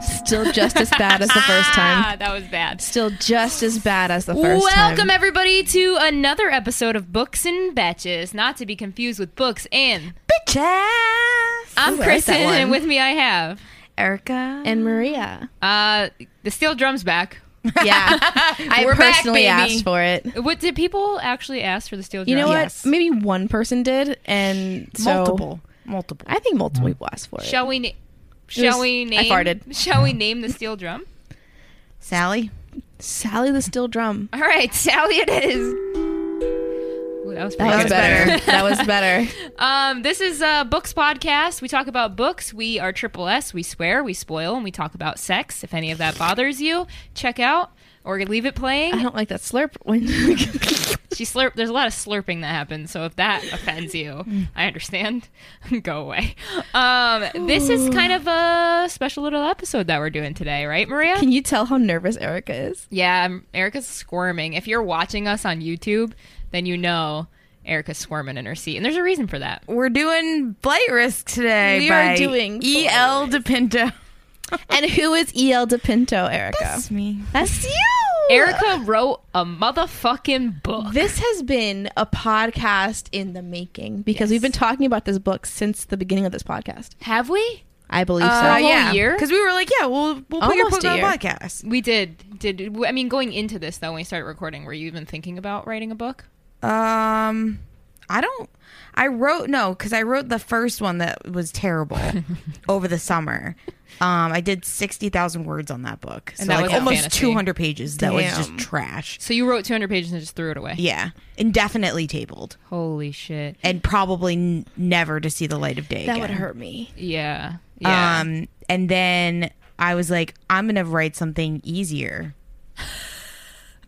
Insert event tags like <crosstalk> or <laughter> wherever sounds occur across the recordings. Still just as bad as the first time. <laughs> Ah, that was bad. Still just as bad as the first time. Welcome everybody to another episode of Books and Batches, not to be confused with Books and. Bitches. I'm Ooh, I like that Kristen, and one. with me I have Erica. And Maria. uh the steel drums back. Yeah. I We're back, personally baby. asked for it. What did people actually ask for the steel drums? You know what? Yes. Maybe one person did, and so multiple. Multiple. I think multiple people asked for it. Shall we? Na- shall was- we I name? farted. Shall we name the steel drum? Sally. Sally the steel drum. All right, <laughs> Sally, it is. Ooh, that was pretty That was good. <laughs> better. that was better. Um, this is a books podcast. We talk about books. We are triple S. We swear, we spoil, and we talk about sex. If any of that bothers you, check out or leave it I playing. don't like that slurp. When <laughs> She slurp. There's a lot of slurping that happens. So if that offends you, Mm. I understand. <laughs> Go away. Um, this is kind of a special little episode that we're doing today, right, Maria? Can you tell how nervous Erica is? Yeah, um, Erica's squirming. If you're watching us on YouTube, then you know Erica's squirming in her seat, and there's a reason for that. We're doing flight risk today. We are by doing E.L. DePinto. And who is El DePinto, Erica? That's me. That's you. Erica wrote a motherfucking book. This has been a podcast in the making because we've been talking about this book since the beginning of this podcast. Have we? I believe A Uh, whole so. yeah. year? Because we were like, yeah, we'll, we'll put your Almost book a on year. podcast. We did. Did I mean going into this though? When we started recording, were you even thinking about writing a book? Um, I don't. I wrote no because I wrote the first one that <laughs> was terrible over the summer. Um, I did sixty thousand words on that book, so And that like was a almost fantasy. two hundred pages. That was just Damn. trash. So you wrote 200 pages and just threw it away. Yeah, indefinitely tabled, Holy shit. and probably n- never to see the light of day. That again. would hurt me. Yeah. Yeah. Um, and then I was like, I'm gonna write something easier.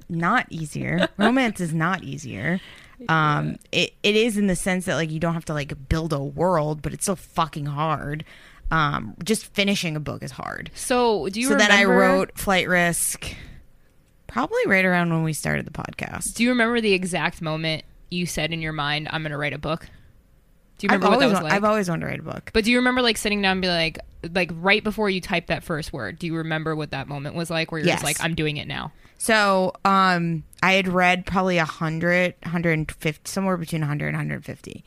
not <laughs> easier. Romance is not easier. Um, it, it is in the sense that like you don't have to like build a world, but it's still fucking hard. Um, just finishing a book is hard. so do you so remember? then I wrote Flight Risk, probably right around when we started the podcast. Do you remember the exact moment you said in your mind, "I'm going to write a book"? Do you I've remember what always, that was wa- like? I've always wanted to write a book. But do you remember like sitting down and be like, like right before you typed that first word? Do you remember what that moment was like? Where you're just Yes. like, I'm doing it now. So, um, I had read probably 100, 150, somewhere between 100 and 150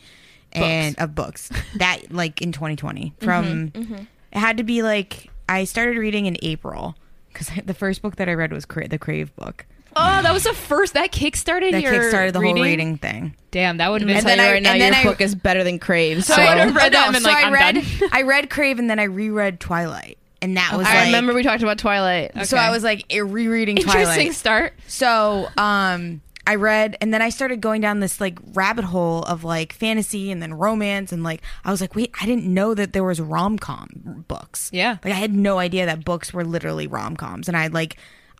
and of books that like in 2020 Mm-hmm, from it had to be like I started reading in April because <laughs> the first book that I read was Cra- the Crave book Oh, that was the first that kickstarted that your kickstarted the whole reading thing. Damn, that would have been. And then then I- right now and your then I- book is better than Crave's. So, I would have I, read that and been so like, I "I'm read done." <laughs> I read Crave and then I reread Twilight and that was like, remember we talked about Twilight. so Okay. I was like eh, rereading interesting Twilight. start. So, um, I read, and then I started going down this like rabbit hole of like fantasy and then romance, and like I was like, wait, I didn't know that there was rom com books. Yeah. like I had no idea that books were literally rom coms, and I like.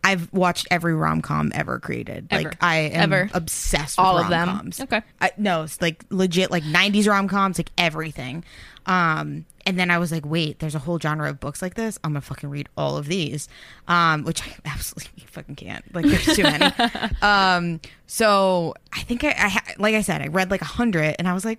I've watched every rom com ever created. Ever. Like I am Ever. obsessed All with of them. rom-coms. Okay. I, no, it's like legit like 90s rom-coms, like everything. Um and then I was like, wait, there's a whole genre of books like this. I'm going to fucking read all of these. Um which I <laughs> absolutely fucking can't. Like there's <laughs> too many. um so I think I, I ha- like I said, I read like 100 and I was like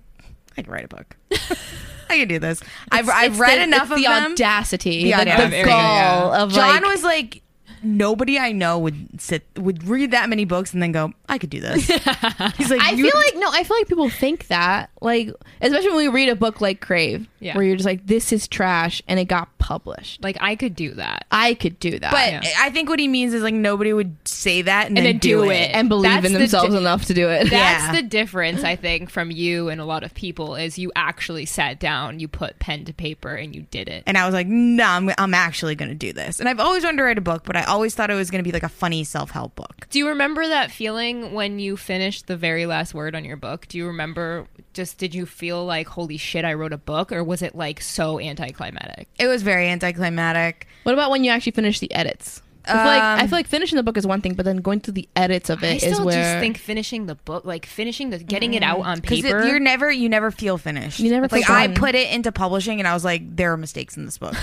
I can write a book. <laughs> I can do this. I've I've It's read the- enough it's of the them. audacity, The the, audacity the of everything, gall yeah. of John like, was like Nobody I know would sit would read that many books and then go, I could do <laughs> this. He's like, I "You- feel like no, I feel like people think that, like especially when we read a book like Crave, Yeah. where you're just like, this is trash, and it got published. Like I could do that. I could do that, But Yeah. I think what he means is like nobody would say that and, And then, then do, do it. it. and believe That's in the themselves di- enough to do it. That's Yeah. the difference, I think, from you and a lot of people is you actually sat down, you put pen to paper, and you did it. And I was like, no, I'm, I'm actually going to do this. And I've always wanted to write a book, but I always thought it was going to be like a funny self help book. Do you remember that feeling when you finished the very last word on your book? Do you remember just did you feel like holy shit I wrote a book or was it like so anticlimactic? It was very anticlimactic. What about when you actually finish the edits? I feel, like, I feel like finishing the book is one thing, but then going through the edits of I it is still where just think finishing the book, like finishing the getting it out on Because paper. Mm. you're never, you never feel finished. You never It's like feel I done. <laughs> put it into publishing and I was like, there are mistakes in this book.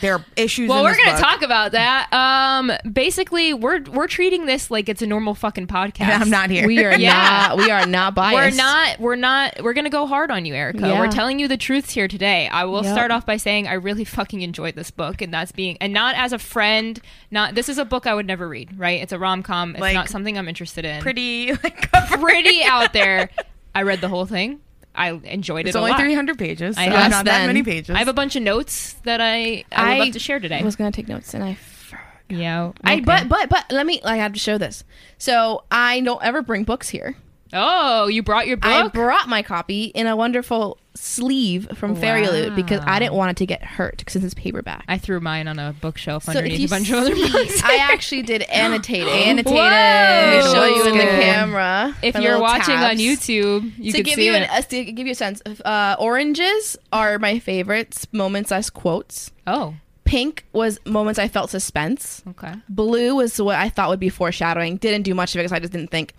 There are issues. Well, in we're this gonna book. talk about that. Um, basically, we're we're treating this like it's a normal fucking podcast. <laughs> <laughs> I'm not here. We <laughs> are Yeah. not. We are not We're biased. not. We're not. We're gonna go hard on you, Erica. Yeah. We're telling you the truths here today. I will Yep. start off by saying I really fucking enjoyed this book, and that's being and not as a friend. Not this is a book I would never read. Right? It's a rom com. It's Like, not something I'm interested in. <laughs> pretty like <laughs> cover. pretty out there. I read the whole thing. I enjoyed It's it. a only lot. 300 pages. So I I have- have not Then- that many pages. I have a bunch of notes that I I would I love to share today. I was gonna take notes and I. forgot. yeah. I okay. but but but let me. I have to show this. So I don't ever bring books here. oh, you brought your book. I brought my copy in a wonderful sleeve from Fairyloot because I didn't want it to get hurt since it's paperback. I threw mine on a bookshelf So if underneath you a bunch of other see- books. <laughs> I <laughs> actually did <gasps> annotate it. annotated. Let me Whoa. show you in the Good. camera. if my you're little watching on tabs. YouTube, you to can give see you it. an, uh, to give you a sense, uh, oranges are my favorites. Moments I s- quotes. oh, Pink was moments I felt suspense. okay. Blue was what I thought would be foreshadowing. Didn't do much of it because I just didn't think.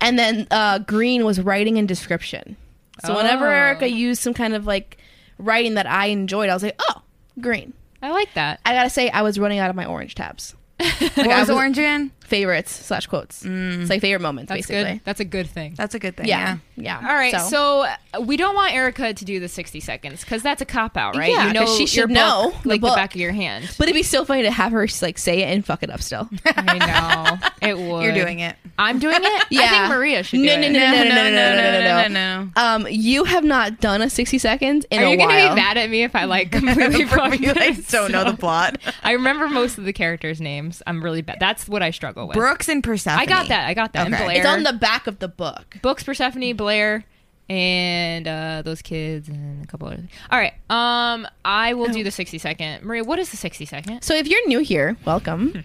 And then uh, green was writing and description. So whenever Oh. Erica used some kind of like writing that I enjoyed, I was like, oh, green. I like that. <laughs> I gotta say, I was running out of my orange tabs. what I was the was- orange in? Favorites slash quotes. It's like favorite moments, Mm. That's basically. good. That's a good thing. That's a good thing. Yeah. Yeah. yeah. All right, so, uh, we don't want Erica to do the 60 seconds because that's a cop out, right? Yeah, you know 'cause she your should book know the like the, book. back of <laughs> your hand. but it'd be so funny to have her like say it and fuck it up still. I know it would. You're doing it. I'm doing it. I Yeah. think Maria should do No, it. no, no, no, no, no, no, no, no, no, no. Um, you have not done a sixty seconds in Are a you while. gonna be mad at me <laughs> if I like <laughs> completely fuck You this <laughs> like don't know the up? plot. I remember most of the characters' names. I'm really bad. That's what I struggle with. Brooks and Persephone. I got that. I got that. And Okay. Blair. It's on the back of the book. books. Persephone, Blair, and uh, those kids, and a couple other. All right. Um, I will Oh. do the 60 second. Maria, what is the 60 second? So if you're new here, <laughs> welcome.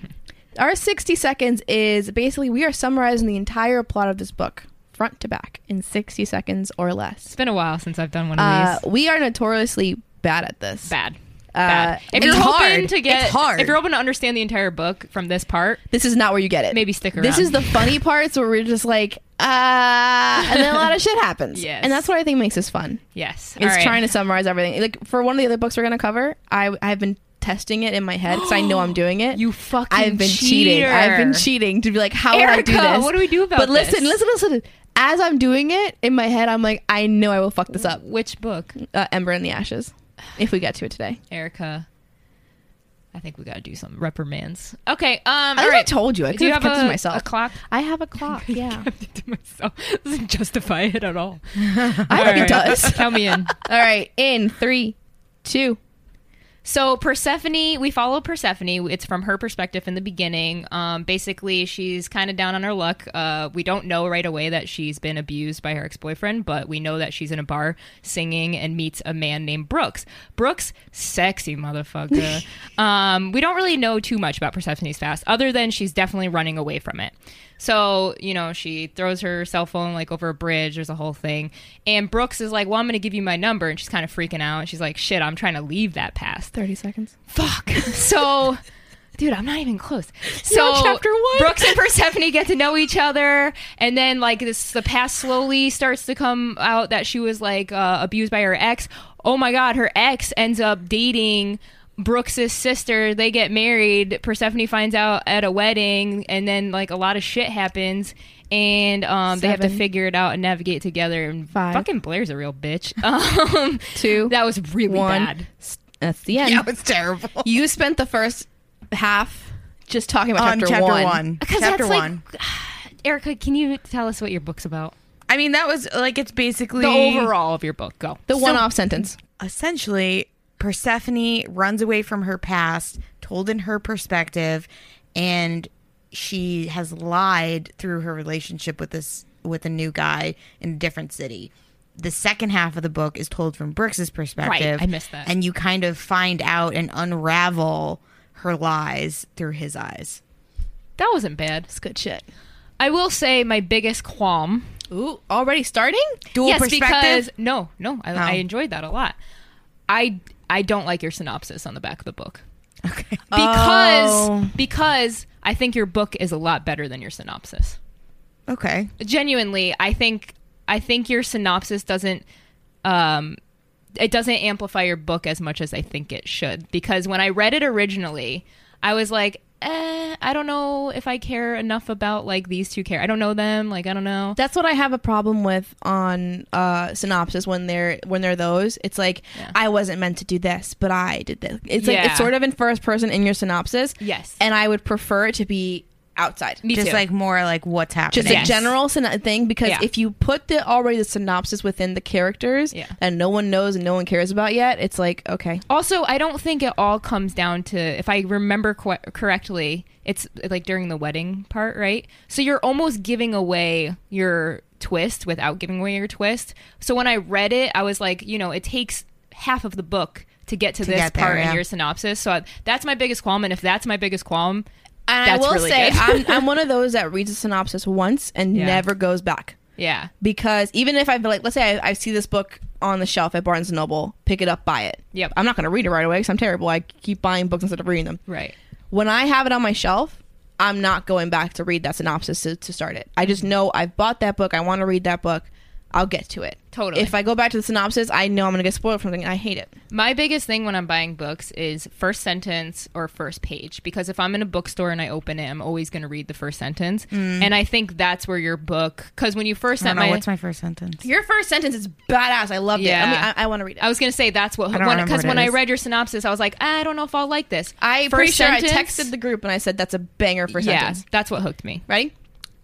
Our 60 seconds is basically we are summarizing the entire plot of this book front to back in 60 seconds or less. It's been a while since I've done one of Uh, these. we are notoriously bad at this. Uh, Bad. Bad. if it's you're hoping hard. to get, It's hard. if you're hoping to understand the entire book from this part, This is not where you get it. Maybe stick This around. is the <laughs> funny parts where we're just like, uh, and then a <laughs> lot of shit happens. Yes. And that's what I think makes this fun. yes, It's trying to summarize everything. Like for one of the other books we're gonna cover, I I've been testing it in my head because I know <gasps> I'm doing it. You fucking I've been cheating. cheater. I've been cheating to be like, how would I do Erica, this? what do we do about But listen, this? listen, listen. As I'm doing it in my head, I'm like, I know I will fuck this up. Which book, Uh, Ember in the Ashes. If we get to it today, Erica? I think we gotta do some reprimands. Okay. Um. I, all think I right. told you I do could you have have kept a, it to myself. a clock? <laughs> I have a <laughs> clock. Yeah, kept it to myself. <laughs> Doesn't justify it at all. <laughs> I think it <laughs> does. Tell me in. All right, in three, two. So Persephone, we follow Persephone. It's from her perspective in the beginning. Um, basically, she's kind of down on her luck. Uh, we don't know right away that she's been abused by her ex boyfriend, but we know that she's in a bar singing and meets a man named Brooks. Brooks, sexy motherfucker. um, we don't really know too much about Persephone's past, other than she's definitely running away from it. So, you know, she throws her cell phone like over a bridge. There's a whole thing. And Brooks is like, Well, I'm going to give you my number. And she's kind of freaking out. And she's like, Shit, I'm trying to leave that past. Thirty seconds. <laughs> Fuck. So. Dude, I'm not even close. So, on chapter one. Brooks and Persephone get to know each other, and then like this, the past slowly starts to come out that she was like uh, abused by her ex. Oh my god, her ex ends up dating Brooks's sister. They get married. Persephone finds out at a wedding, and then like a lot of shit happens, and um, they have to Seven. figure it out and navigate together. And Five. fucking Blair's a real bitch. <laughs> Um, Two, that was really One. bad. S- That's the end. <laughs> Yeah, it's terrible. You spent the first half just talking about On chapter, chapter one. one. Because Chapter that's like- one. <sighs> Erica, can you tell us what your book's about? I mean, that was like it's basically The overall of your book. Go. The one off sentence. essentially Persephone runs away from her past, told in her perspective, and she has lied through her relationship with this with a new guy in a different city. The second half of the book is told from Brooks's perspective. I missed that. And you kind of find out and unravel her lies through his eyes. That wasn't bad. It's good shit. I will say my biggest qualm. Ooh, already starting? Dual yes, perspective. Oh. because no, no, I, I enjoyed that a lot. I I don't like your synopsis on the back of the book okay. Uh, because Oh. because I think your book is a lot better than your synopsis. Okay. Genuinely, I think I think your synopsis doesn't um it doesn't amplify your book as much as I think it should because when I read it originally, I was like, eh, I don't know if I care enough about like these two care. I don't know them. Like I don't know. That's what I have a problem with on uh, synopsis when they're when they're those. It's like Yeah. I wasn't meant to do this, but I did this. It's like Yeah. it's sort of in first person in your synopsis. Yes. and I would prefer it to be outside. Me just too. like more like what's happening. Just Yeah. a Yes. general syn- thing because Yeah. if you put the already the synopsis within the characters Yeah. and no one knows and no one cares about yet, it's like okay, Also, I don't think it all comes down to, if I remember co- correctly, it's like during the wedding part, right? So you're almost giving away your twist without giving away your twist. So when I read it, I was like, you know, it takes half of the book to get to, this get there, part in yeah. your synopsis. So I, that's my biggest qualm. And if that's my biggest qualm, And That's I will really say, good. I'm, I'm <laughs> one of those that reads a synopsis once and Yeah. never goes back yeah. because even if I've like, let's say I, I see this book on the shelf at Barnes and Noble, pick it up, buy it. Yep. I'm not going to read it right away because I'm terrible. I keep buying books instead of reading them. Right. When I have it on my shelf, I'm not going back to read that synopsis to, to start it. I just know I've bought that book. I want to read that book. I'll get to it. Totally. If I go back to the synopsis, I know I'm going to get spoiled from something. and I hate it. My biggest thing when I'm buying books is first sentence or first page because if I'm in a bookstore and I open it, I'm always going to read the first sentence, and I think that's where your book. Because when you first Mm. I don't sent know my, what's my first sentence. Your first sentence is badass. I loved it. I Yeah. mean, I, I want to read it. I was going to say that's what I don't because remember when, what it I is. read your synopsis, I was like, I don't know if I'll like this. I First pretty sure I sentence- texted the group and I said that's a banger for yeah, sentence. that's what hooked me. Ready?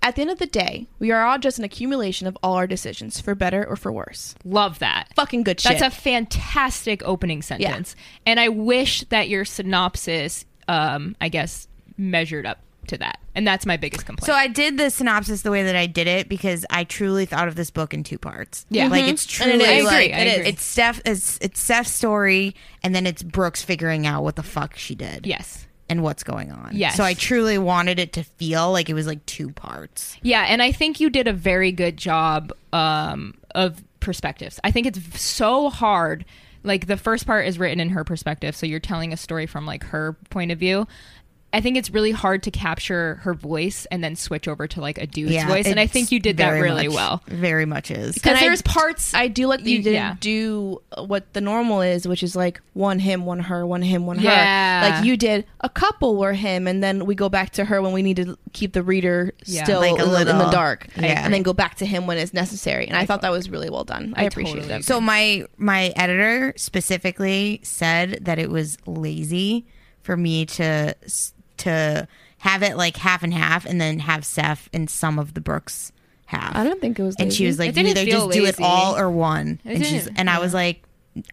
At the end of the day, we are all just an accumulation of all our decisions, for better or for worse. Love that. Fucking good shit. That's a fantastic opening sentence, and I wish that your synopsis, um, I guess, measured up to that, and that's my biggest complaint. So I did the synopsis the way that I did it because I truly thought of this book in two parts. Yeah. like Mhm. it's And truly it is. like I agree, I agree. it's Steph it's, it's Steph's story and then it's Brooks figuring out what the fuck she did. yes. And what's going on. Yes. So I truly wanted it to feel like it was like two parts. Yeah, and I think you did a very good job um, of perspectives. I think it's v- so hard. Like the first part is written in her perspective, so you're telling a story from like her point of view. I think it's really hard to capture her voice and then switch over to like a dude's voice, and I it's think you did that very really much- well. Very much is. Because And I- there's parts I do like that you, You- didn't yeah. do what the normal is, which is like one him, one her, one him, one her. Yeah. Like you did a couple were him, and then we go back to her when we need to keep the reader Yeah. still Like a in, the, in the little- dark, I and then go back to him when it's necessary. And I, thought that was really well done. I, I appreciate totally it. So my my editor specifically said that it was lazy for me to to have it like half and half, and then have Seth and some of the Brooks half. I don't think it was. and she was It like, didn't either feel just do it lazy. all or one. It and she's didn't, and I was like.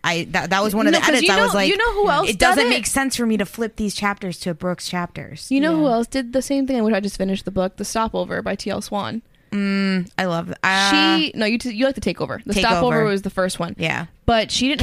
I that, that was one of No, the 'cause edits. you I was know- like, "Hmm, you know who else It doesn't did it? make sense for me to flip these chapters to Brooks chapters. You know who else did the same thing? I wish I just finished the book, The Stopover by T.L. Swan. Mm, I love that. Uh, she no, you t- you like the takeover. The Takeover. stopover was the first one. yeah. but she didn't.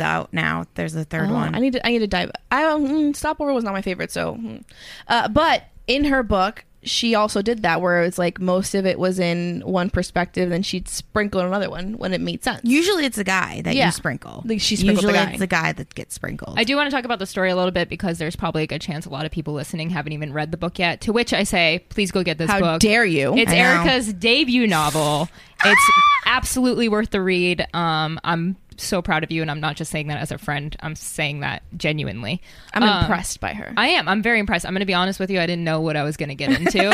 have, out now. There's a third Oh, one. I need to. I need to dive. I um, mm, stopover was not my favorite. So, mm. uh, but in her book, she also did that where it was like most of it was in one perspective, then she'd sprinkle in another one when it made sense. Usually it's a guy that Yeah. you sprinkle. Like, she sprinkled the Usually guy. it's the guy that gets sprinkled. I <laughs> do want to talk about the story a little bit because there's probably a good chance a lot of people listening haven't even read the book yet. To which I say, please go get this How book. dare you? It's I know. Erica's debut novel. It's absolutely worth the read. Um, I'm so proud of you, and I'm not just saying that as a friend. I'm saying that genuinely. I'm Um, impressed by her. I am. I'm very impressed. I'm going to be honest with you. I didn't know what I was <laughs> going to get into.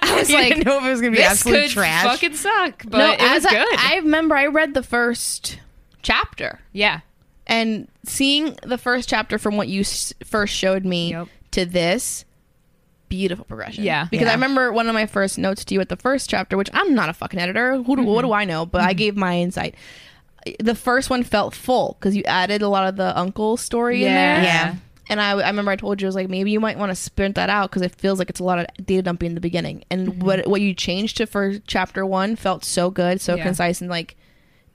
I was You like, didn't know if it was gonna be this absolute could trash." fucking suck, but it was as I- good. I remember I read the first chapter. yeah, and seeing the first chapter from what you s- first showed me Yep. to this beautiful progression Yeah. because i Yeah. remember one of my first notes to you at the first chapter which i'm not a fucking editor who do, what do i know but i gave my insight the first one felt full because you added a lot of the uncle story in there Yeah. and I, I remember I told you I was like maybe you might want to sprint that out because it feels like it's a lot of data dumping in the beginning. And what what you changed to for chapter one felt so good, so Yeah. concise, and like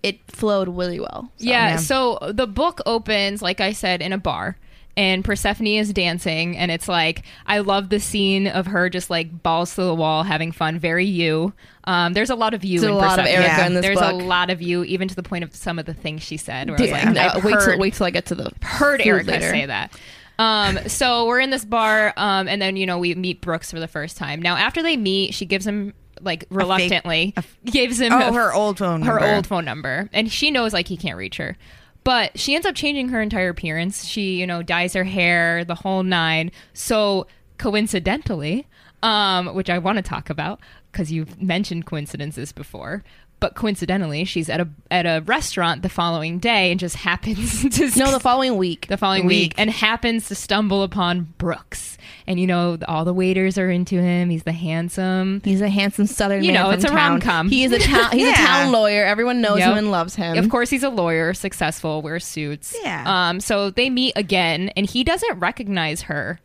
it flowed really well. So. yeah, yeah. So the book opens, like I said, in a bar. And Persephone is dancing, and it's like I love the scene of her just like balls to the wall, having fun. Very you. Um, there's a lot of you. There's in a lot of Persephone. Erica Yeah. in this There's book. a lot of you, even to the point of some of the things she said. Where I Yeah, was like, no, I've wait till heard- wait till I get to the heard food Erica say that. Um, so we're in this bar, um, and then you know we meet Brooks for the first time. Now after they meet, she gives him like reluctantly gives him Oh, a- her old phone her number. old phone number, and she knows like he can't reach her. But she ends up changing her entire appearance. She, you know, dyes her hair, the whole nine. So coincidentally, um, which I want to talk about because you've mentioned coincidences before. But coincidentally, she's at a at a restaurant the following day and just <laughs> happens to No, the following week. the following week. and happens to stumble upon Brooks. And you know, all the waiters are into him. He's the handsome. He's a handsome Southern You man know, from it's a town. rom-com. He is a town. <laughs> He's a Yeah. town lawyer. Everyone knows Yep. him and loves him. Of course, he's a lawyer, successful, wears suits. Yeah. Um, so they meet again, and he doesn't recognize her.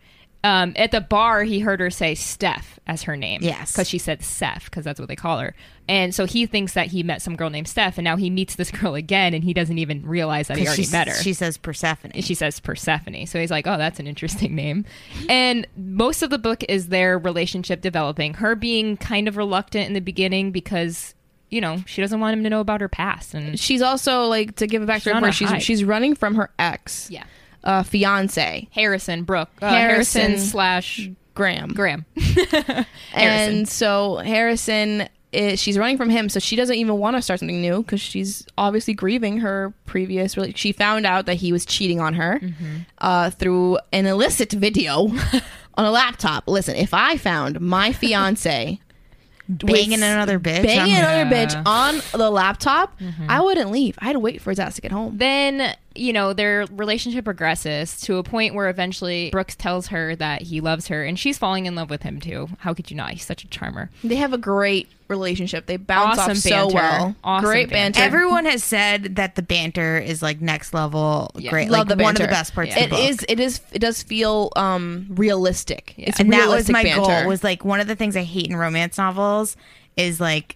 Um, at the bar, he heard her say Steph as her name. Yes. Because she said Steph, because that's what they call her. And so he thinks that he met some girl named Steph, and now he meets this <laughs> girl again, and he doesn't even realize that he already she, met her. She says Persephone. and she says Persephone. So he's like, oh, that's an interesting name. And most of the book is their relationship developing, her being kind of reluctant in the beginning because, you know, she doesn't want him to know about her past. And she's also like to give it back She's to on her. a She's hike. she's running from her ex, yeah, uh, fiance Harrison, Brooke, uh, Harrison- Harrison, slash Graham. <laughs> Graham. Harrison. And so Harrison, is, she's running from him, so she doesn't even want to start something new because she's obviously grieving her previous. Really, she found out that he was cheating on her Mm-hmm. uh, through an illicit <laughs> video on a laptop. Listen, if I found my fiance banging another bitch. banging I'm- another Yeah. bitch on the laptop, Mm-hmm. I wouldn't leave. I'd wait for his ass to get home. Then, you know, their relationship progresses to a point where eventually Brooks tells her that he loves her and she's falling in love with him too. How could you not? He's such a charmer. They have a great relationship. They bounce Awesome off so banter. well. Awesome great banter. banter. Everyone has said that the banter is like next level. Great, Love like the one of the banter. best parts. It of the book. is- It is. It does feel um realistic. It's and that was realistic my banter. goal was like one of the things i hate in romance novels is like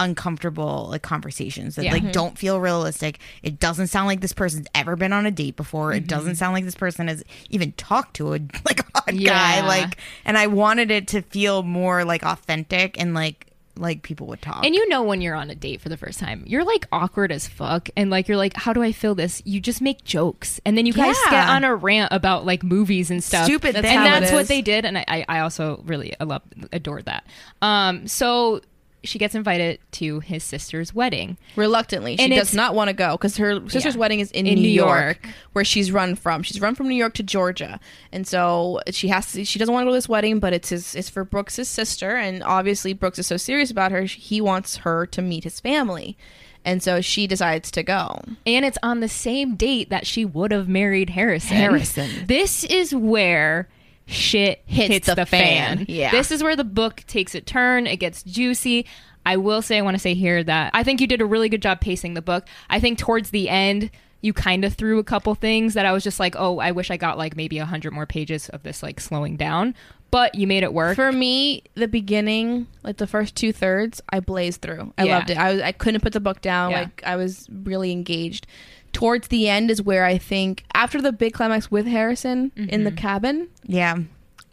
uncomfortable like conversations that Yeah. like Mm-hmm. don't feel realistic it doesn't sound like this person's ever been on a date before Mm-hmm. it doesn't sound like this person has even talked to a <laughs> like a Yeah. guy like and i wanted it to feel more like authentic and like like people would talk And you know when you're on a date for the first time, you're like awkward as fuck, and like you're like, how do I feel this? You just make jokes, and then you guys Yeah. get on a rant about like movies and stuff. Stupid that's things. and how it that's what is. they did, and I- I, I also really I love adored that. Um, so she gets invited to his sister's wedding. reluctantly. She And does it's- not want to go because her sister's Yeah. wedding is in, In New, New York, York. where she's run from. She's run from New York to Georgia, and so she has to. She doesn't want to go to this wedding, but it's his, it's for Brooks's sister, and obviously Brooks is so serious about her. He wants her to meet his family, and so she decides to go. and it's on the same date that she would have married Harrison. Harrison. <laughs> This is where shit hits, the the, fan. fan. Yeah. This is where the book takes a turn. It gets juicy. I will say, I want to say here that I think you did a really good job pacing the book. I think towards the end, you kind of threw a couple things that I was just like, oh, I wish I got like maybe a hundred more pages of this like slowing down. But you made it work. For me, the beginning, like the first two thirds, I blazed through. I Yeah. loved it. I, was, I couldn't put the book down. Yeah. Like I was really engaged. Towards the end is where I think after the big climax with Harrison in Mm-hmm. the cabin. yeah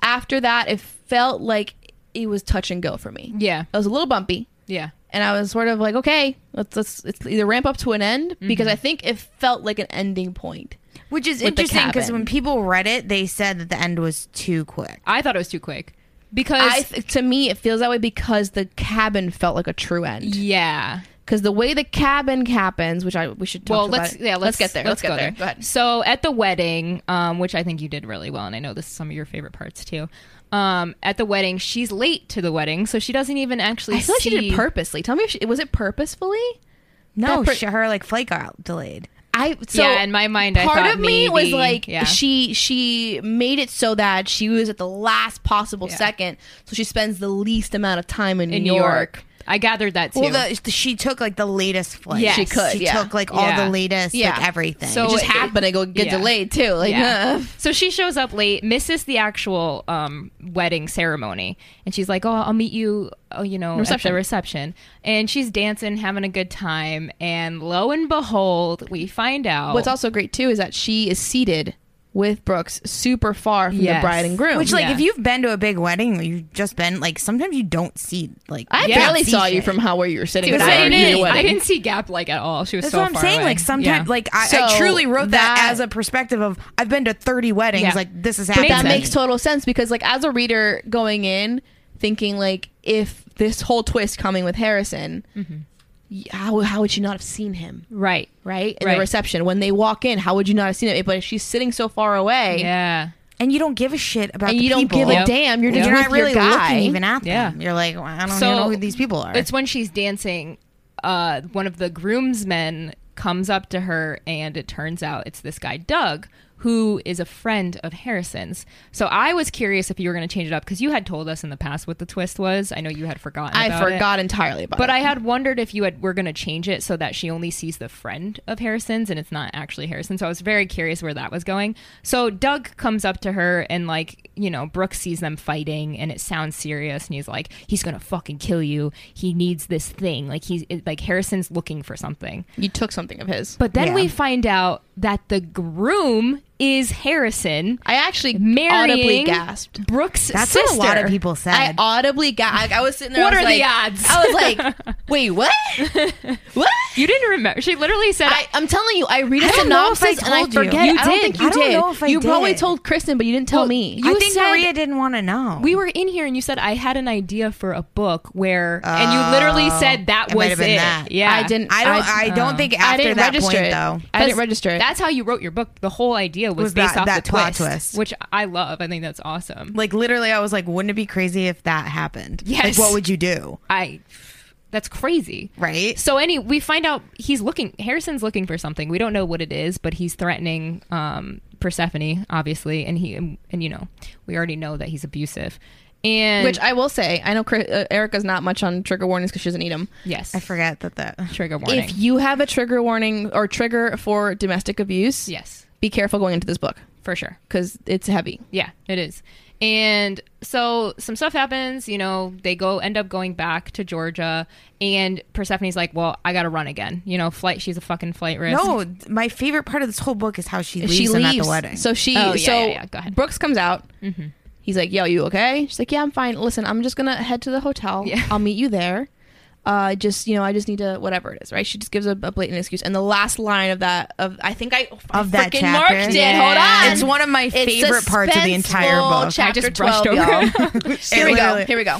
After that, it felt like it was touch and go for me. yeah. It was a little bumpy, Yeah. and I was sort of like, okay, let's let's it's either ramp up to an end because Mm-hmm. I think it felt like an ending point. which is With the interesting because cabin. when people read it they said that the end was too quick I thought it was too quick because. I th- to me, it feels that way because the cabin felt like a true end. yeah. because the way the cabin happens, which I we should talk well, about. let's it. yeah, let's, get there. Let's, get go there. Go ahead. So at the wedding, um, which I think you did really well, and I know this is some of your favorite parts too. Um, at the wedding, she's late to the wedding, so she doesn't even actually. I feel like she did see- it purposely. Tell me, if she, was it purposefully? no That per- sh- her like flight got delayed I so yeah, in my mind, I part thought of me was maybe- like yeah. she she made it so that she was at the last possible Yeah. second, so she spends the least amount of time in, in New York. I gathered that too. Well, the, she took like the latest flight. Yes. She could, She yeah. took like all Yeah. the latest, Yeah. like everything. Oh, It So- just it- happened to go get yeah. delayed too. Like Yeah. <laughs> uh, so she shows up late, misses the actual um, wedding ceremony, and she's like, "Oh, I'll meet you, oh, you know, at Reception. the reception." And she's dancing, having a good time, and lo and behold, we find out what's also great too is that she is seated with Brooks super far from the Yes. bride and groom. which like Yeah. if you've been to a big wedding where you've just been like sometimes you don't see like I you Yeah. barely don't see saw you shit. from how where you were sitting. Dude, because I, was at your didn't, I wedding. didn't see Gap like at all. She was That's so what I'm far saying. away. Like sometimes, Yeah. like I, So I truly wrote that, that- as a perspective of I've been to 30 weddings. Yeah. Like this is But happening. that Makes makes total sense because, like, as a reader Mm-hmm. going in, thinking like, if this whole twist coming with Harrison y- how, how would she not have seen him? Right. Right? In Right. the reception, when they walk in, how would you not have seen it? But if she's sitting so far away Yeah. and you don't give a shit about and the you don't people. give a Yep. damn, you're Yep. just You're with not really your guy. looking even at them. Yeah. You're like, well, I don't So, even know who these people are. It's when she's dancing. Uh, one of the groomsmen comes up to her, and it turns out it's this guy Doug, who is a friend of Harrison's. So I was curious if you were going to change it up because you had told us in the past what the twist was. I know you had forgotten. I about it. forgot entirely about But it. I had wondered if you had were going to change it so that she only sees the friend of Harrison's and it's not actually Harrison. So I was very curious where that was going. So Doug comes up to her and like, you know, Brooke sees them fighting and it sounds serious and he's like, he's going to fucking kill you. He needs this thing. Like he's it- like Harrison's looking for something. you took something of his. But then Yeah. we find out that the groom is Harrison. I actually Marrying audibly gasped. Brooke's That's sister. what a lot of people I said. audibly gasped. I, I was sitting there. What I was are the like- odds? I was like, wait, <laughs> what? what? You didn't remember. She literally said, I, I'm telling you, I read a don't know if I synopsis and I told you. forget. You it. I don't did. think you I don't did. know if I you probably did. told Kristen, but you didn't tell me. you I think said- Maria didn't want to know. we were in here and you said I had an idea for a book where, and you literally Oh, said that it might was it. have been that. Yeah, I didn't. I don't. I, don't think after I didn't that register point it. though. I didn't Because register it. That's how you wrote your book. The whole idea was, Was based that- off that the plot twist, twist. which I love. I think that's awesome. Like literally, I was like, wouldn't it be crazy if that happened? Yes. Like, what would you do? I, that's crazy. Right. So any, we find out he's looking. Harrison's looking for something. We don't know what it is, but he's threatening um, Persephone, obviously, and he and, you know we already know that he's abusive. And Which I will say, I know Chris, uh, Erica's not much on trigger warnings because she doesn't need them. yes, I forget that that. trigger warning. If you have a trigger warning or trigger for domestic abuse, yes, be careful going into this book for sure. because it's heavy. Yeah, it is. And so some stuff happens, you know, they go end up going back to Georgia and Persephone's like, "Well, I got to run again." You know, flight she's a fucking flight risk. No, my favorite part of this whole book is how she leaves, she them leaves. at the wedding. Mm-hmm. So she. Oh, yeah, so yeah, yeah. Go ahead. Brooks comes out. He's like, "Yo, you okay?" She's like, "Yeah, I'm fine. Listen, I'm just gonna head to the hotel. Yeah. I'll meet you there. Uh, just you know, I just need to whatever it is, right?" She just gives a, a blatant excuse. And the last line of that of I think I I Of that freaking chapter? marked it. Yeah. Hold on, it's one of my It's favorite parts of the entire suspenseful. book. <laughs> Chapter I just brushed 12, <laughs> over. y'all. Here we go. Literally. Here we go.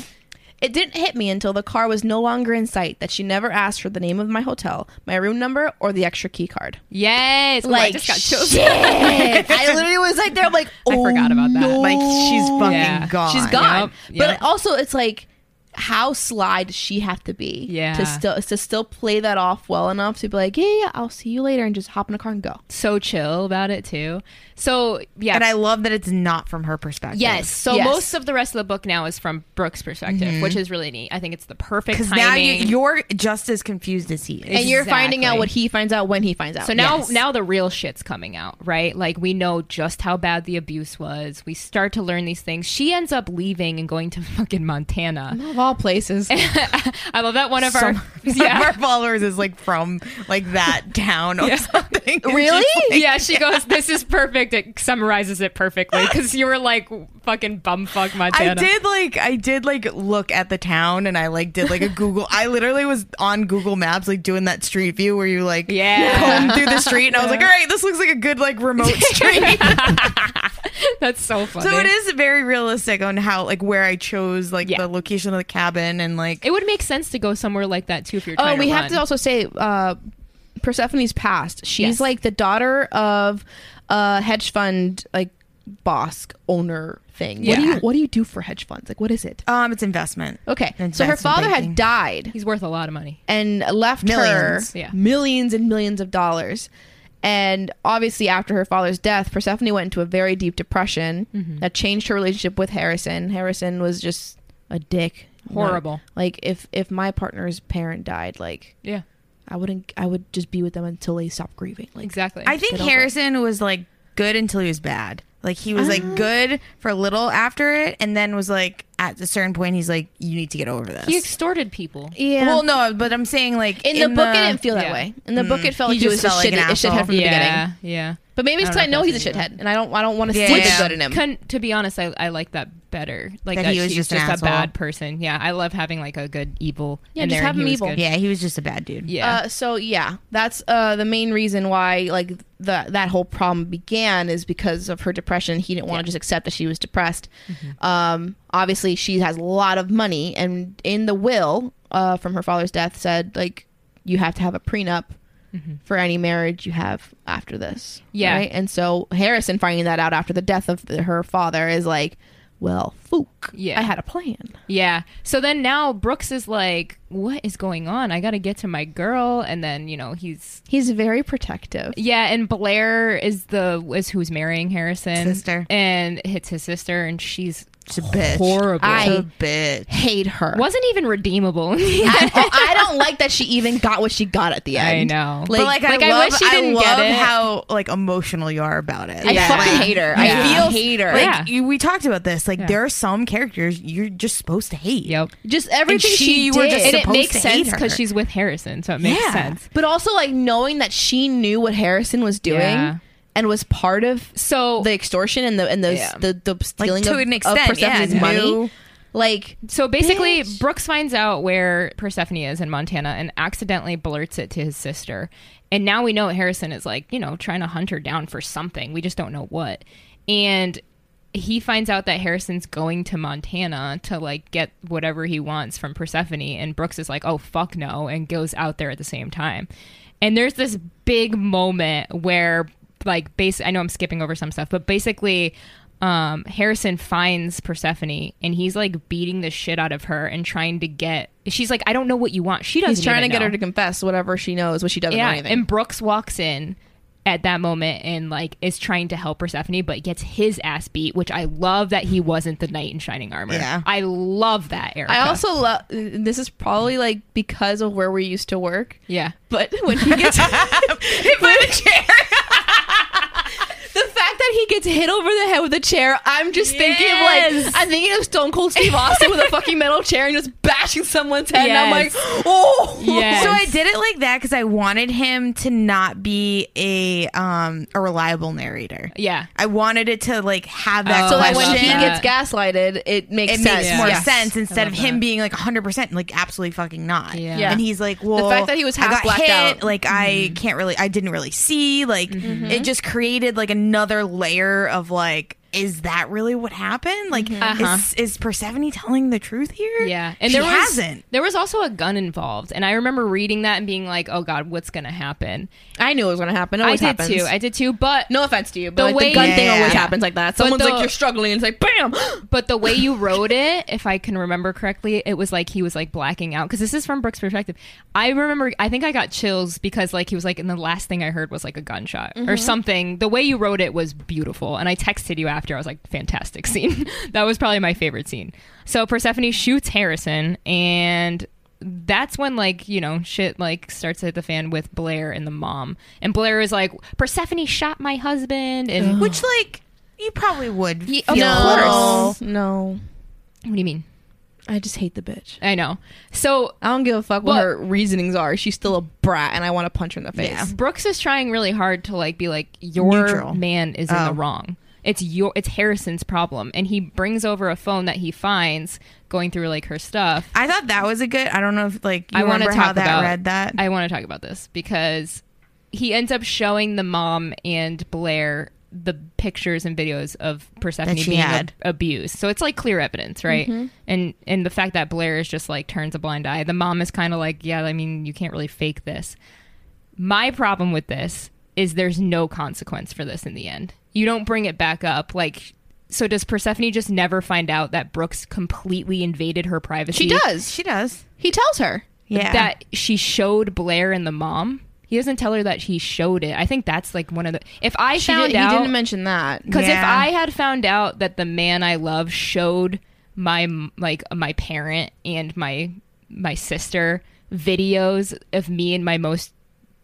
It didn't hit me until the car was no longer in sight that she never asked for the name of my hotel, my room number, or the extra key card. yes. Like, I just got chills. shit. <laughs> I literally was like there. I'm like, oh, I forgot about that. No. Like she's fucking Yeah. gone. She's gone. Yep, But yep. also, it's like, how sly does she have to be? Yeah. To still to still play that off well enough to be like, yeah, yeah, I'll see you later, and just hop in a car and go. So chill about it too. So, yeah. And I love that it's not from her perspective. Yes. So Yes. most of the rest of the book now is from Brooke's perspective, which is really neat. I think it's the perfect Because timing. Mm-hmm. now you, you're just as confused as he is. And you're finding out Exactly. what he finds out when he finds out. So now, Yes. now the real shit's coming out, right? Like we know just how bad the abuse was. We start to learn these things. She ends up leaving and going to <laughs> fucking Montana. of all <laughs> places, I love that one of <laughs> Some our <laughs> yeah. of our followers is like from like that town or something. <laughs> And Really? she's like- yeah, she goes, "This is perfect." It summarizes it perfectly because you were like fucking bumfuck I Montana. <laughs> did like I did like look at the town and I like did like a Google. I literally was on Google Maps like doing that street view where you like Yeah. comb through the street and I was like, all right, this looks like a good like <laughs> remote street. That's so funny. so it is very realistic on how like where I chose like Yeah. the location of the cabin and like It would make sense to go somewhere like that too if you're. Oh, trying we to have run. to also say uh, Persephone's past. She's Yes. like the daughter of a hedge fund like boss owner thing. What do you Yeah. what do you do for hedge funds? Like what is it? um it's investment. Okay. And so her investment father banking. had died He's worth a lot of money. and left Millions. her Yeah. millions and millions of dollars. And obviously, after her father's death, Persephone went into a very deep depression that changed her relationship with Harrison. Harrison was just a dick, Horrible. like if if my partner's parent died, like Yeah, I wouldn't. I would just be with them until they stop grieving. Like exactly. I think get over it. Harrison was like good until he was bad. Like he was like good for a little after it, and then was like at a certain point he's like, you need to get over this. he extorted people. yeah. Well, no, but I'm saying like in, the, book, it didn't feel that yeah. way. In the book, it felt He like he just was a felt like an shitty, a shithead asshole. from the yeah, beginning. yeah. But maybe it's I because I don't know know if he's a that's an shithead, and I don't. I don't want to Yeah. see the Which- good in him. Con- to be honest, I, I like that better. Like That that, he was she's just just, an a asshole. bad person. Yeah, I love having like a good evil. Yeah, in just there, have and him he was evil. good. yeah, he was just a bad dude. Yeah. Uh, so yeah, that's uh, the main reason why like the that whole problem began is because of her depression. He didn't want to just accept that she was depressed. Mm-hmm. Um, obviously, she has a lot of money, and in the will uh, from her father's death said like you have to have a prenup for any marriage you have after this. Mm-hmm. Yeah. Right? And so Harrison finding that out after the death of the, her father is like, well, fook. Yeah. I had a plan. Yeah. So then now Brooks is like, "What is going on? I got to get to my girl." And then you know he's He's very protective. yeah, and Blair is the is who's marrying Harrison Sister. and it's his sister, and she's It's a bitch. horrible. I I- bitch. Hate her. wasn't even <laughs> redeemable. <laughs> I, oh, I don't like that she even got what she got at the end. I know. Like, but like, like, I, I love, wish she didn't I get love it. how like emotional you are about it. I Yeah. fucking Like, hate her. yeah. I feel hate her. Like, Like Yeah. you, we talked about this. Like Yeah. there are some characters you're just supposed to hate. <gasps> Yep. just everything And she- she, you did. were just And it supposed makes to hate sense her. because she's with Harrison, so it makes Yeah. sense. but also like knowing that she knew what Harrison was doing Yeah. and was part of So the extortion and the and the Yeah. the, the stealing to of, an of extent, Persephone's yeah, money. knew- Like So basically, Bitch. Brooks finds out where Persephone is in Montana and accidentally blurts it to his sister. And now we know Harrison is like, you know, trying to hunt her down for something. We just don't know what. And he finds out that Harrison's going to Montana to like get whatever he wants from Persephone. And Brooks is like, oh, fuck no. And goes out there at the same time. And there's this big moment where, like, base. I know I'm skipping over some stuff, but basically, um, Harrison finds Persephone and he's like beating the shit out of her and trying to get. She's like, I don't know what you want. She doesn't. he's trying to even get know. her to confess whatever she knows, what she doesn't know Yeah, anything. and Brooks walks in at that moment and like is trying to help Persephone, but gets his ass beat, which I love that he wasn't the knight in shining armor. Yeah. I love that. Erica. I also love this is probably like because of where we used to work, yeah. but when he <laughs> gets hit by the chair. <laughs> The fact that he gets hit over the head with a chair, I'm just thinking Yes. of like I'm thinking of Stone Cold Steve Austin with a fucking metal chair and just bashing someone's head. And I'm like, Yes. oh, Yes. So I did it like that because I wanted him to not be a um a reliable narrator. Yeah. I wanted it to like have that Oh, So I that question. when he love gets gaslighted, it makes it sense. makes Yeah. more Yes. sense instead of love him that. being like 100% like absolutely fucking not Yeah. Mm-hmm. Yeah. and he's like well fact that he was I half got blacked hit, out. like i can't really i didn't really see like it just created like another layer of like is that really what happened like Uh-huh. is, is persephone telling the truth here Yeah, and she there was, hasn't There was also a gun involved, and I remember reading that and being like, "Oh God, what's gonna happen?" I knew it was gonna happen. It I always did happens. too. I did too. But no offense to you, but like, the, way- gun thing Yeah. always Yeah. happens like that. Someone's the- like, "You're struggling," and it's like, "Bam!" But the way you wrote it, if I can remember correctly, it was like he was like blacking out because this is from Brooks' perspective. I remember, I think I got chills because like he was like, and the last thing I heard was like a gunshot or something. The way you wrote it was beautiful, and I texted you after. I was like, fantastic <laughs> scene. that was probably my favorite scene. So Persephone shoots Harrison, and that's when like you know shit like starts to hit the fan with Blair and the mom, and Blair is like, Persephone shot my husband, and what which like you probably would Ye- feel of a little- course. no. do you mean? I just hate the bitch. I know. So I don't give a fuck what, Well- her reasonings are. She's still a brat, and I want to punch her in the face. Yeah. Brooks is trying really hard to like be like your Neutral. man is in Oh. the wrong. It's your it's Harrison's problem, and he brings over a phone that he finds going through like her stuff. i thought that was a good i don't know if like you I want to remember talk how that about read that I want to talk about this because he ends up showing the mom and Blair the pictures and videos of Persephone she being ab- had. Mm-hmm. abused. So it's like clear evidence, right? And and the fact that Blair is just like turns a blind eye. The mom is kind of like, yeah, I mean, you can't really fake this. My problem with this is there's no consequence for this in the end. You don't bring it back up like so does Persephone just never find out that Brooks completely invaded her privacy? She does. she does He tells her. yeah that she showed Blair and the mom. He doesn't tell her that he showed it. I think that's like one of the. If I She found did, out, he didn't mention that. because if Yeah. I had found out that the man I love showed my like my parent and my my sister videos of me in my most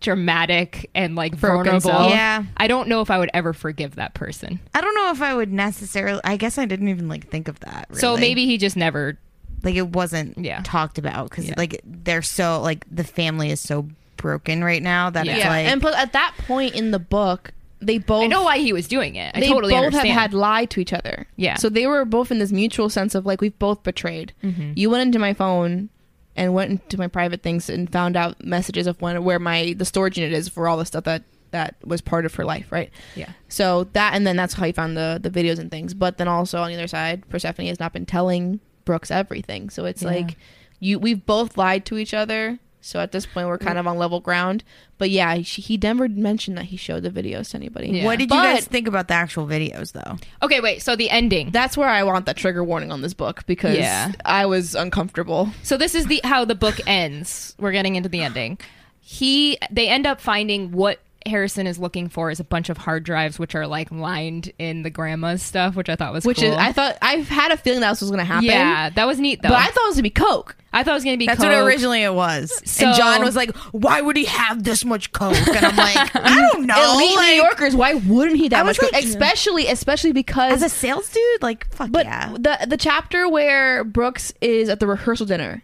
dramatic and like Broken vulnerable, self. Yeah. I don't know if I would ever forgive that person. I don't know if I would necessarily. I guess I didn't even like think of that. So really. maybe he just never. like it wasn't Yeah. talked about because Yeah. like they're so like the family is so broken right now that it's yeah, like and plus, at that point in the book, they both I know why he was doing it. I they totally both understand. have had lied to each other. Yeah. So they were both in this mutual sense of like we've both betrayed. You went into my phone and went into my private things and found out messages of when where my the storage unit is for all the stuff that that was part of her life, right? yeah. So that and then that's how he found the the videos and things. But then also on the other side, Persephone has not been telling Brooks everything. So it's Yeah. like you we've both lied to each other. So at this point, we're kind of on level ground. But yeah, she, he never mentioned that he showed the videos to anybody. Yeah. What did you But- guys think about the actual videos, though? Okay, wait. So the ending. That's where I want that trigger warning on this book because Yeah. I was uncomfortable. So this is the how the book ends. We're getting into the ending. He they end up finding what Harrison is looking for is a bunch of hard drives which are like lined in the grandma's stuff, which I thought was Which cool. is, I thought, I had a feeling that this was going to happen. yeah, that was neat though. But I thought it was going to be Coke. I thought it was gonna be That's Coke. what originally it was. So- and John was like, "Why would he have this much coke?" And <laughs> I'm like, "I don't know." Elite like, New Yorkers, why wouldn't he that I much was Coke? like- especially, especially because as a sales dude, like, fuck But yeah, the the chapter where Brooks is at the rehearsal dinner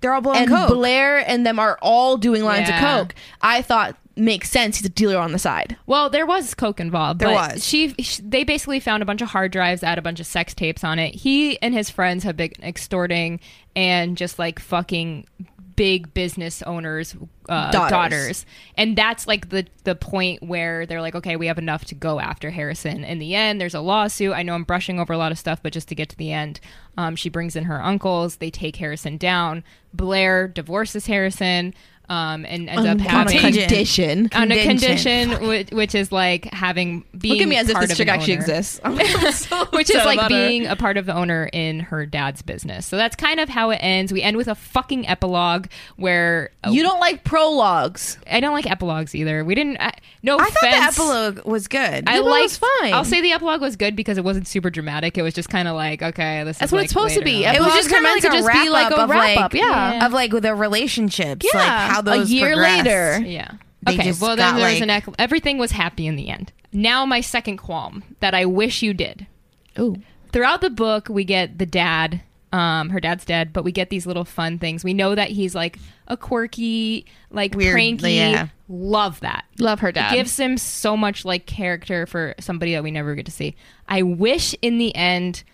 they're all blowing and coke. Blair and them are all doing lines Yeah. of coke, I thought makes sense. He's a dealer on the side. Well, there was coke involved. There but was. She, sh they basically found a bunch of hard drives, had a bunch of sex tapes on it. He and his friends have been extorting and just like fucking big business owners' uh, Daughters. daughters. and that's like the the point where they're like, okay, we have enough to go after Harrison. In the end, there's a lawsuit. I know I'm brushing over a lot of stuff, but just to get to the end, um, she brings in her uncles. They take Harrison down. Blair divorces Harrison. Um, and ends up On- on a having Contingent. condition. on a Convention. condition which, which is like having being Look at me as if part this of chick an actually owner. exists. <laughs> which is like being a part of the owner in her dad's business so that's kind of how it ends we end with a fucking epilogue where oh, You don't like prologues. i don't like epilogues either we didn't I, no I thought offense the epilogue was good. I epilogue like was fine. I'll say the epilogue was good because it wasn't super dramatic. It was just kind of like, okay, this is That's what it's like supposed to later be. on. It was just kinda kinda like a wrap up of, like, yeah. of like the relationships, Yeah. like how those a year progressed. later. Yeah. They okay. just Well, then got, there's like- an ec- everything was happy in the end. Now my second qualm that I wish you did. Ooh. Throughout the book, we get the dad. Um, her dad's dead, but we get these little fun things. We know that he's like a quirky, like Weird, cranky. yeah. Love that. Love her dad. Gives him so much like character for somebody that we never get to see. I wish in the end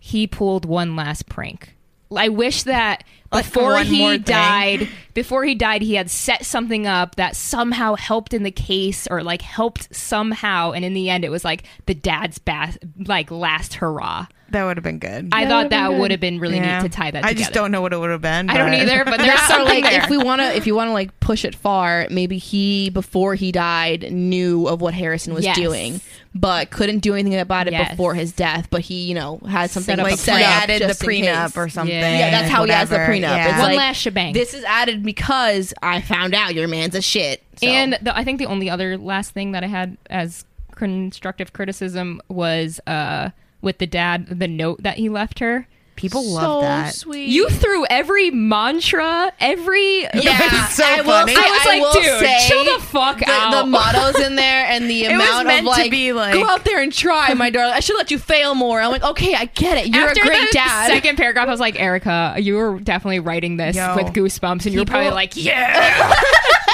he pulled one last prank. I wish that Like, before one more he thing. died, before he died, he had set something up that somehow helped in the case or like helped somehow. And in the end, it was like the dad's bath, like last hurrah. That would have been good. I That thought would've been that good. would have been really Yeah. neat to tie that I together. just don't know what it would have been. I don't but- <laughs> <laughs> either, but there's Or something like there. if we want to, if you want to like push it far, maybe he before he died knew of what Harrison was Yes. doing, but couldn't do anything about it Yes. before his death. But he, you know, had something up a like prenup. set he up added just the in prenup case. or something. Yeah, that's how he whatever. has the prenup. Yeah. It's One like, last shebang. This is added because I found out your man's a shit. So. And the, I think the only other last thing that I had as constructive criticism was uh, with the dad, the note that he left her. People love that. sweet. <laughs> You threw every mantra, <laughs> every. yeah, It's so I will. funny. Say, <laughs> I was like, will dude, say chill the fuck the, out. The mottos in there and the was amount meant to of like, be like- go out there and try, my darling. I should let you fail more. I'm like, okay, I get it. You're After a great the dad. Second paragraph, I was like, Erica, you were definitely writing this Yo. with goosebumps, and you were probably like, yeah.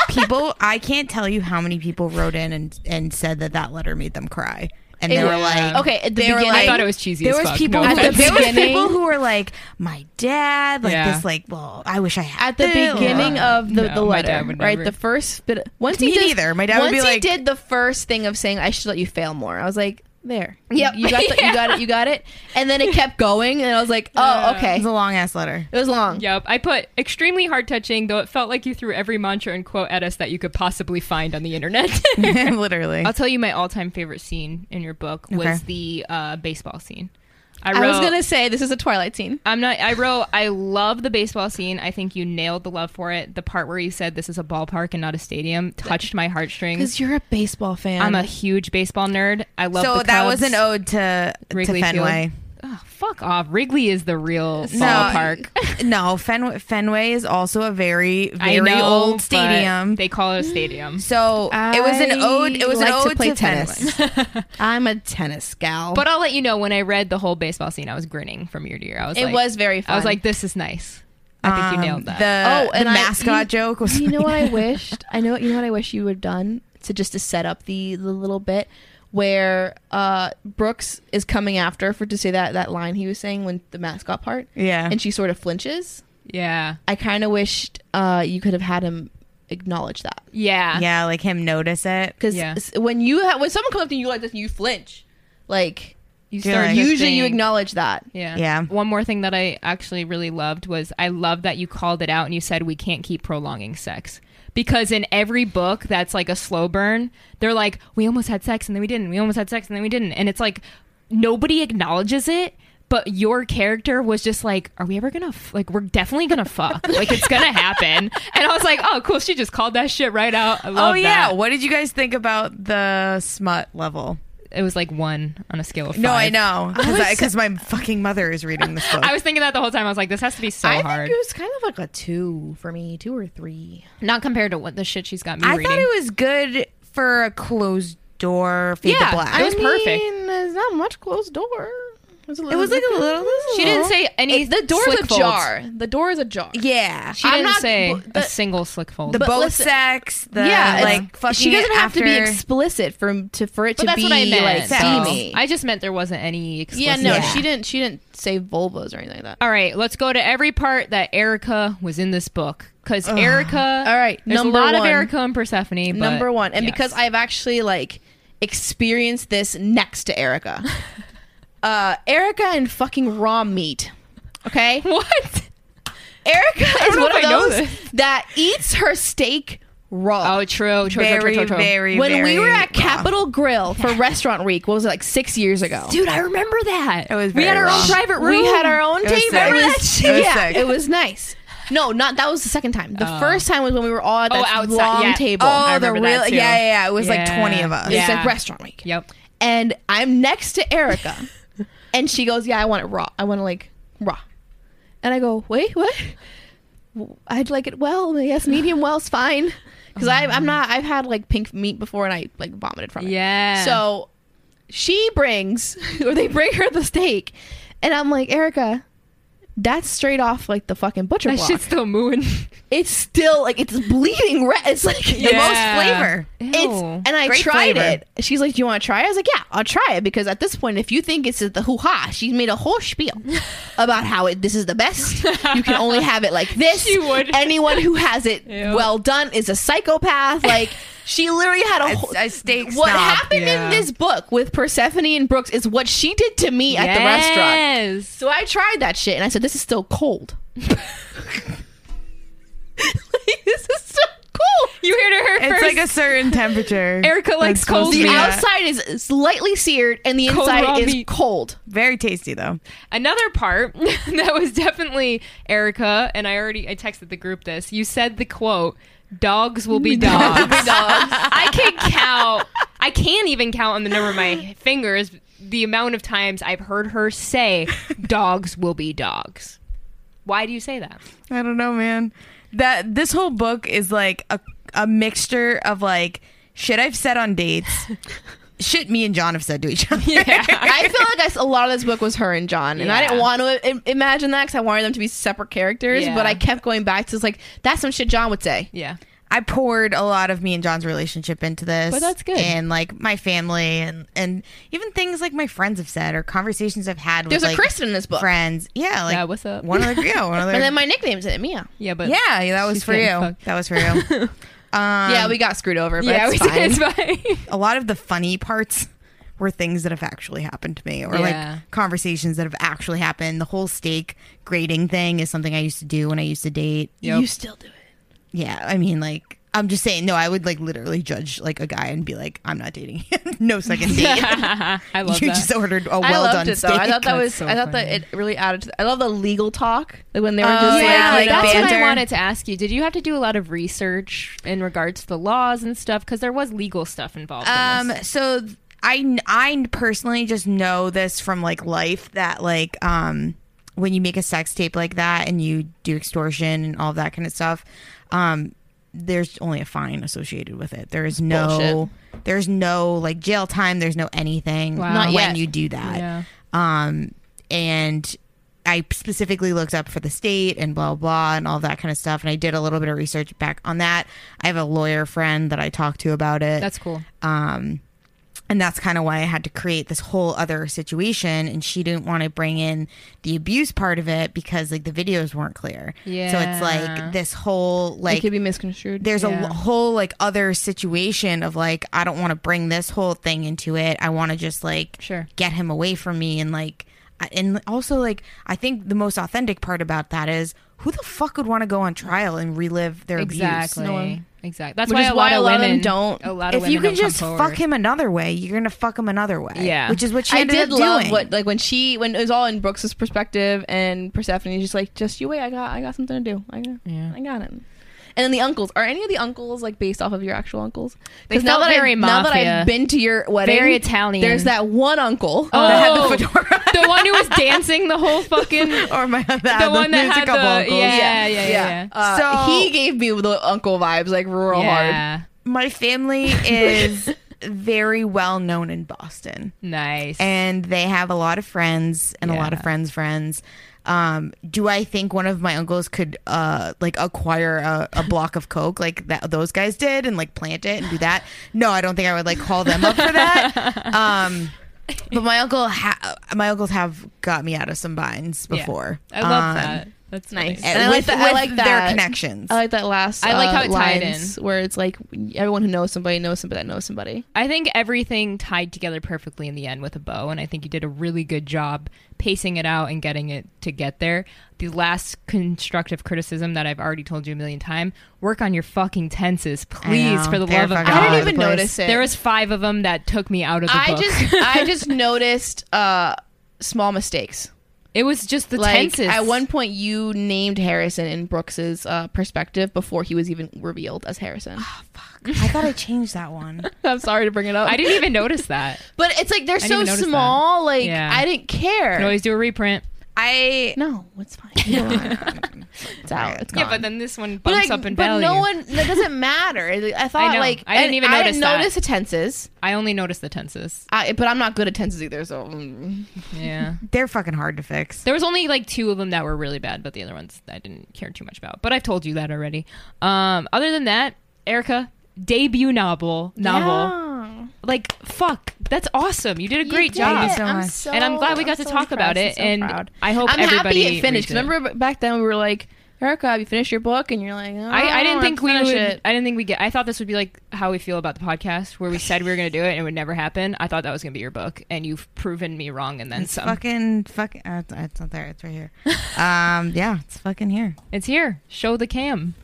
people, I can't tell you how many people wrote in and, and said that that letter made them cry. And they It- were like, okay, at the they were beginning, I thought it was cheesy. there as was fuck, people No at who, the offense. there was beginning- people who were like my dad like Yeah. this like well I wish I had at the this. beginning of the, No, the my letter, dad would right? never- The first bit. Once Me he did, neither. My dad would once be he like- did the first thing of saying, "I should let you fail more." I was like, "There, Yep. you got, the, you got it, you got it." And then it kept going, and I was like, "Oh, Yeah. okay." it's a long ass letter It was long. Yep, I put extremely hard touching, though it felt like you threw every mantra and quote at us that you could possibly find on the internet. <laughs> literally I'll tell you my all-time favorite scene in your book was Okay. the uh, baseball scene. I, I wrote, was gonna say this is a Twilight scene. I'm not. I wrote. I love the baseball scene. I think you nailed the love for it. The part where you said this is a ballpark and not a stadium touched my heartstrings. Because you're a baseball fan. I'm a huge baseball nerd. I love. so the that was Cubs. an ode to Wrigley to Fenway <laughs> Field. Ugh, fuck off. Wrigley is the real No, ballpark. no Fenway, Fenway is also a very I very know, old but stadium They call it a stadium. <sighs> so it was an I ode it was like an to ode to, play Fenway. I'm a tennis gal. But I'll let you know when I read the whole baseball scene, I was grinning from ear to ear. I was. it like, was very fun. I was like, this is nice. I think you nailed that. Um, the, Oh, and the I- mascot you- <laughs> joke was you know what I wished? I know you know what I wish you would have done to just to set up the the little bit where uh Brooks is coming after for to say that that line he was saying when the mascot part <laughs> yeah and she sort of flinches. yeah. I kind of wished uh you could have had him acknowledge that Yeah. yeah like him notice it because Yeah. when you ha- when someone comes up to you like this and you flinch, like You You're start like- to Usually you think- acknowledge that. Yeah. Yeah. One more thing that I actually really loved was I love that you called it out and you said we can't keep prolonging sex. Because in every book that's like a slow burn, they're like, we almost had sex and then we didn't. We almost had sex and then we didn't. And it's like nobody acknowledges it. But your character was just like, "Are we ever gonna f- like? We're definitely gonna <laughs> fuck. Like it's gonna happen." And I was like, "Oh, cool! She just called that shit right out. I love oh yeah. that. What did you guys think about the smut level? It was like one on a scale of No, I five. know because my fucking mother is reading this book. I was thinking that the whole time. I was like, "This has to be so I hard." think it was kind of like a two for me, two or three. Not compared to what the shit she's got me I reading. thought it was good for a closed door fade Yeah, to black. I was perfect. mean, There's not much closed door. It was, a it was like a little. She didn't say any. It- the door's slick folds. ajar. The door is ajar. Yeah. She I'm didn't not- say but the- a single slick fold. the but both listen- sex. The yeah, it's- like fucking. she doesn't it have to be after- explicit for to for it but to that's be what I meant. like so- steamy. I just meant there wasn't any. Explicit. yeah, no, Yeah. she didn't. She didn't say vulvas or anything like that. All right, let's go to every part that Erica was in this book because Erica. All right, there's number a lot of one. Erica and Persephone. But Number one, and yes. <laughs> because I've actually like experienced this next to <laughs> Erica, uh, Erica and fucking raw meat. <laughs> Okay, what? Erica is know one of if I know those this. that eats her steak raw. Oh, true, true, true, Very, true, true. very. when we very were at raw. Capitol Grill for Restaurant Week, what was it like six years ago? Dude, I remember that. It was we had very our own wrong. private room. We had our own It was table. sick. Remember It that was- shit? it was yeah, sick. it was nice. No, not that was the second time. The Oh. first time was when we were all at Oh, that outside, long yeah. table. I Oh, the real. remember that Yeah, too. yeah, yeah. It was like Yeah. twenty of us. It's Yeah. like Restaurant Week. Yep. and I'm next to Erica, <laughs> and she goes, "Yeah, I want it raw. I want it like raw." And I go, "Wait, what? W- I'd like it well. Yes, medium well's fine." Because I Mm. I'm not. I've had like pink meat before, and I like vomited from it. Yeah. So she brings, <laughs> or they bring her the steak, and I'm like, Erica. That's straight off like the fucking butcher <laughs> that block. shit's still mooing. It's still like it's bleeding red. <laughs> It's like the Yeah. most flavor. it's Ew. and I Great tried flavor. it. She's like, "Do you want to try?" it? I was like, "Yeah, I'll try it." Because at this point, if you think it's the hoo ha, she's made a whole <laughs> spiel about how it, this is the best. You can only have it <laughs> like this. She would. Anyone who has it Ew. well done is a psychopath. <laughs> Like she literally had a. whole A, a steak. what snob. happened Yeah. in this book with Persephone and Brooks is what she did to me at the restaurant. Yes. So I tried that shit and I said, "This is still cold." <laughs> like, this is so cold. You heard it her It's first. like a certain temperature. <laughs> Erica that's likes supposed cold to The be meat. at. outside is slightly seared and the Cold raw inside is meat. cold. Very tasty though. Another part <laughs> that was definitely Erica, and I already I texted the group this. You said the quote, "Dogs will be <laughs> dogs." <laughs> I can count. I can't even count on the number of my fingers the amount of times I've heard her say, "Dogs will be dogs." Why do you say that? I don't know, man. That this whole book is like a a mixture of like shit I've said <laughs> on dates, shit me and John have said to each other. <laughs> Yeah. I feel like I s a lot of this book was her and John, and I Yeah. didn't want to I- imagine that because I wanted them to be separate characters. Yeah. But I kept going back to like that's some shit John would say. <laughs> Yeah. <laughs> I poured a lot of me and John's relationship into this. But that's good. And like my family and and even things like my friends have said or conversations I've had There's with a like, Kristen in this book, friends. Yeah, like Yeah, what's up? One of the <laughs> yeah, one of and the then my nickname's in it, Mia. Yeah, <laughs> but Yeah, yeah, that was She's for getting you. fucked. That was for you. <laughs> Um, yeah, we got screwed over, but yeah, it's we- <laughs> fine. it's fine. a lot of the funny parts were things that have actually happened to me or Yeah. like conversations that have actually happened. The whole steak grading thing is something I used to do when I used to date. Yep. You still do it. Yeah, I mean like I'm just saying no, I would like literally judge like a guy and be like I'm not dating him. <laughs> <laughs> no second date. <laughs> I love you that. just ordered a well I done loved it though. steak. I thought that That's was. so I thought funny. that it really added. to the, I love the legal talk like when they were Oh, just like, yeah, like you know, that's what I banter. wanted to ask you. Did you have to do a lot of research in regards to the laws and stuff? Because there was legal stuff involved. in Um. this. So th- I I personally just know this from like life that like um when you make a sex tape like that and you do extortion and all that kind of stuff, um, there's only a fine associated with it. There is no. There's no like jail time. There's no anything Wow. Not when yet. you do that. Yeah. Um, and I specifically looked up for the state and blah, blah, and all that kind of stuff. And I did a little bit of research back on that. I have a lawyer friend that I talked to about it. That's cool. Um, and that's kind of why I had to create this whole other situation. And she didn't want to bring in the abuse part of it because like the videos weren't clear. So it's Yeah. like this whole It like could be misconstrued. there's Yeah. a whole like other situation of like I don't want to bring this whole thing into it. I want to just like Sure. get him away from me and like I- and also like I think the most authentic part about that is who the fuck would want to go on trial and relive their abuse? Exactly. No one- Exactly. That's Which why, is a, lot why a lot of Oh. them women don't. A lot of If women you can don't come just forward. fuck him another way, you're gonna fuck him another way. Yeah. which is what she I ended did up love doing. what like when she when it was all in Brooks's perspective and Persephone's just like just you wait I got I got something to do I got Yeah. I got it. And then the uncles are any of the uncles like based off of your actual uncles? They Because now felt that very I, now that mafia. I've been to your wedding, Very Italian. There's that one uncle Oh, that had the <laughs> the, one who was dancing the whole fucking <laughs> the <laughs> or my the, one that had the musical vocals. yeah yeah yeah. yeah. Uh, So- he gave me the uncle vibes like <laughs> real hard. Yeah. <laughs> My family is very well known in Boston. Nice. and they have a lot of friends and a lot Yeah. of friends friends um do i think one of my uncles could uh like acquire a, a block of coke like that those guys did and like plant it and do that no i don't think i would like call them up for that um but my uncle ha- my uncles have got me out of some binds Yeah. before I love Um, that. That's nice. nice. and I with, like that- I with like their that. connections I like that last. I like uh, how it tied lines where it's like everyone who knows somebody knows somebody that knows somebody. I think everything tied together perfectly in the end with a bow, and I think you did a really good job pacing it out and getting it to get there. The last constructive criticism that I've already told you a million times: work on your fucking tenses, please, know. for the They're love of God. fucking I all didn't over even the place. notice it. There was five of them that took me out of the I book. <laughs> just I just noticed uh small mistakes. it was just the Like tenses. at one point you named Harrison in Brooks's uh, perspective before he was even revealed as Harrison. <laughs> i thought i changed that one I'm sorry to bring it up. <laughs> I didn't even notice <laughs> that. but it's like they're didn't so even notice small like Yeah. I didn't You care. can always do a reprint. i no, it's fine. it's out. It's gone. Yeah, but then this one But, bumps like, up in but value. no one that doesn't matter. I thought know. like I didn't and even I notice didn't that. notice the tenses. I only noticed the tenses. I, but I'm not good at tenses either. So mm. <laughs> Yeah. <laughs> they're fucking hard to fix There was only like two of them that were really bad, but the other ones I didn't care too much about. But I've told you that already. Um, other than that, Erica debut novel novel Yeah. like fuck that's awesome you did a great You job did. Thank you so much. so- and i'm glad we got I'm to so talk about impressed it so and proud. i hope I'm everybody happy it finished. reads it. Remember b- back then we were like, Erica, have you finished your book? And you're like, oh, I, I didn't don't think we wanna would. finish <laughs> I didn't think we get. I thought this would be like how we feel about the podcast, where we said we were going to do it and it would never happen. I thought that was going to be your book, and you've proven me wrong and then some. fucking fucking uh, it's- it's not there it's right here um yeah it's fucking here It's here. Show the cam.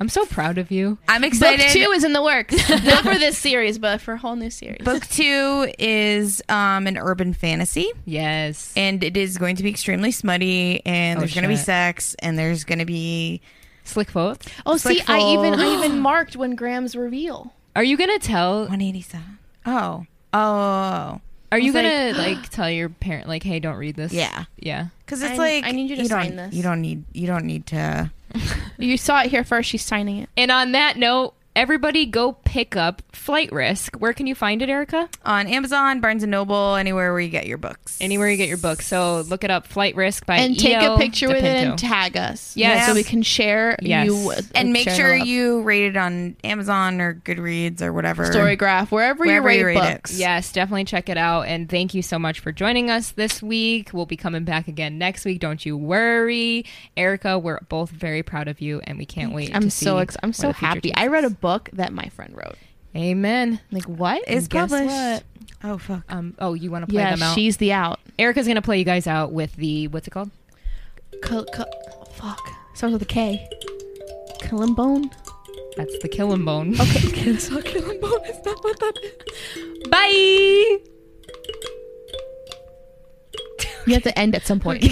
I'm so proud of you. i'm Book excited two is in the works, <laughs> not for this series, but for a whole new series. book two is um an urban fantasy Yes. and it is going to be extremely smutty and Oh, there's gonna be shit. sex and there's gonna be Slick votes. oh, it's like see, I even I full- even <gasps> marked when Graham's reveal. Are you gonna tell? 187 oh oh Are you I was <gasps> gonna like tell your parent like, hey, don't read this? yeah Yeah. because it's I- like I need you to don't- sign this. you don't need you don't need to You saw it here first. She's signing it. And on that note, everybody go pick up Flight Risk. Where can you find it, Erica? on amazon barnes and noble anywhere where you get your books Anywhere you get your book. So look it up, Flight Risk by and take E.O. a picture with it DePinto. and tag us. Yes. so we can share Yes. you and make share sure the you rate it on amazon or goodreads or whatever Storygraph wherever, Wherever you you rate rate it. books. Yes, definitely check it out. And thank you so much for joining us this week. We'll be coming back again next week. Don't you worry, Erica. We're both very proud of you, and we can't wait. I'm to so see ex- I'm where so the future happy. takes I read a us. book that my friend wrote. Amen. Like what is Guess published what? oh fuck Um. Oh, you want to play Yeah, them out? she's the out. Erica's gonna play you guys out with the what's it called? Col- col- fuck. Starts with a K. Columbone. That's the Killing Bone. Okay, <laughs> it's not Columbone. It's not what that is. <laughs> Bye. You have to end at some point.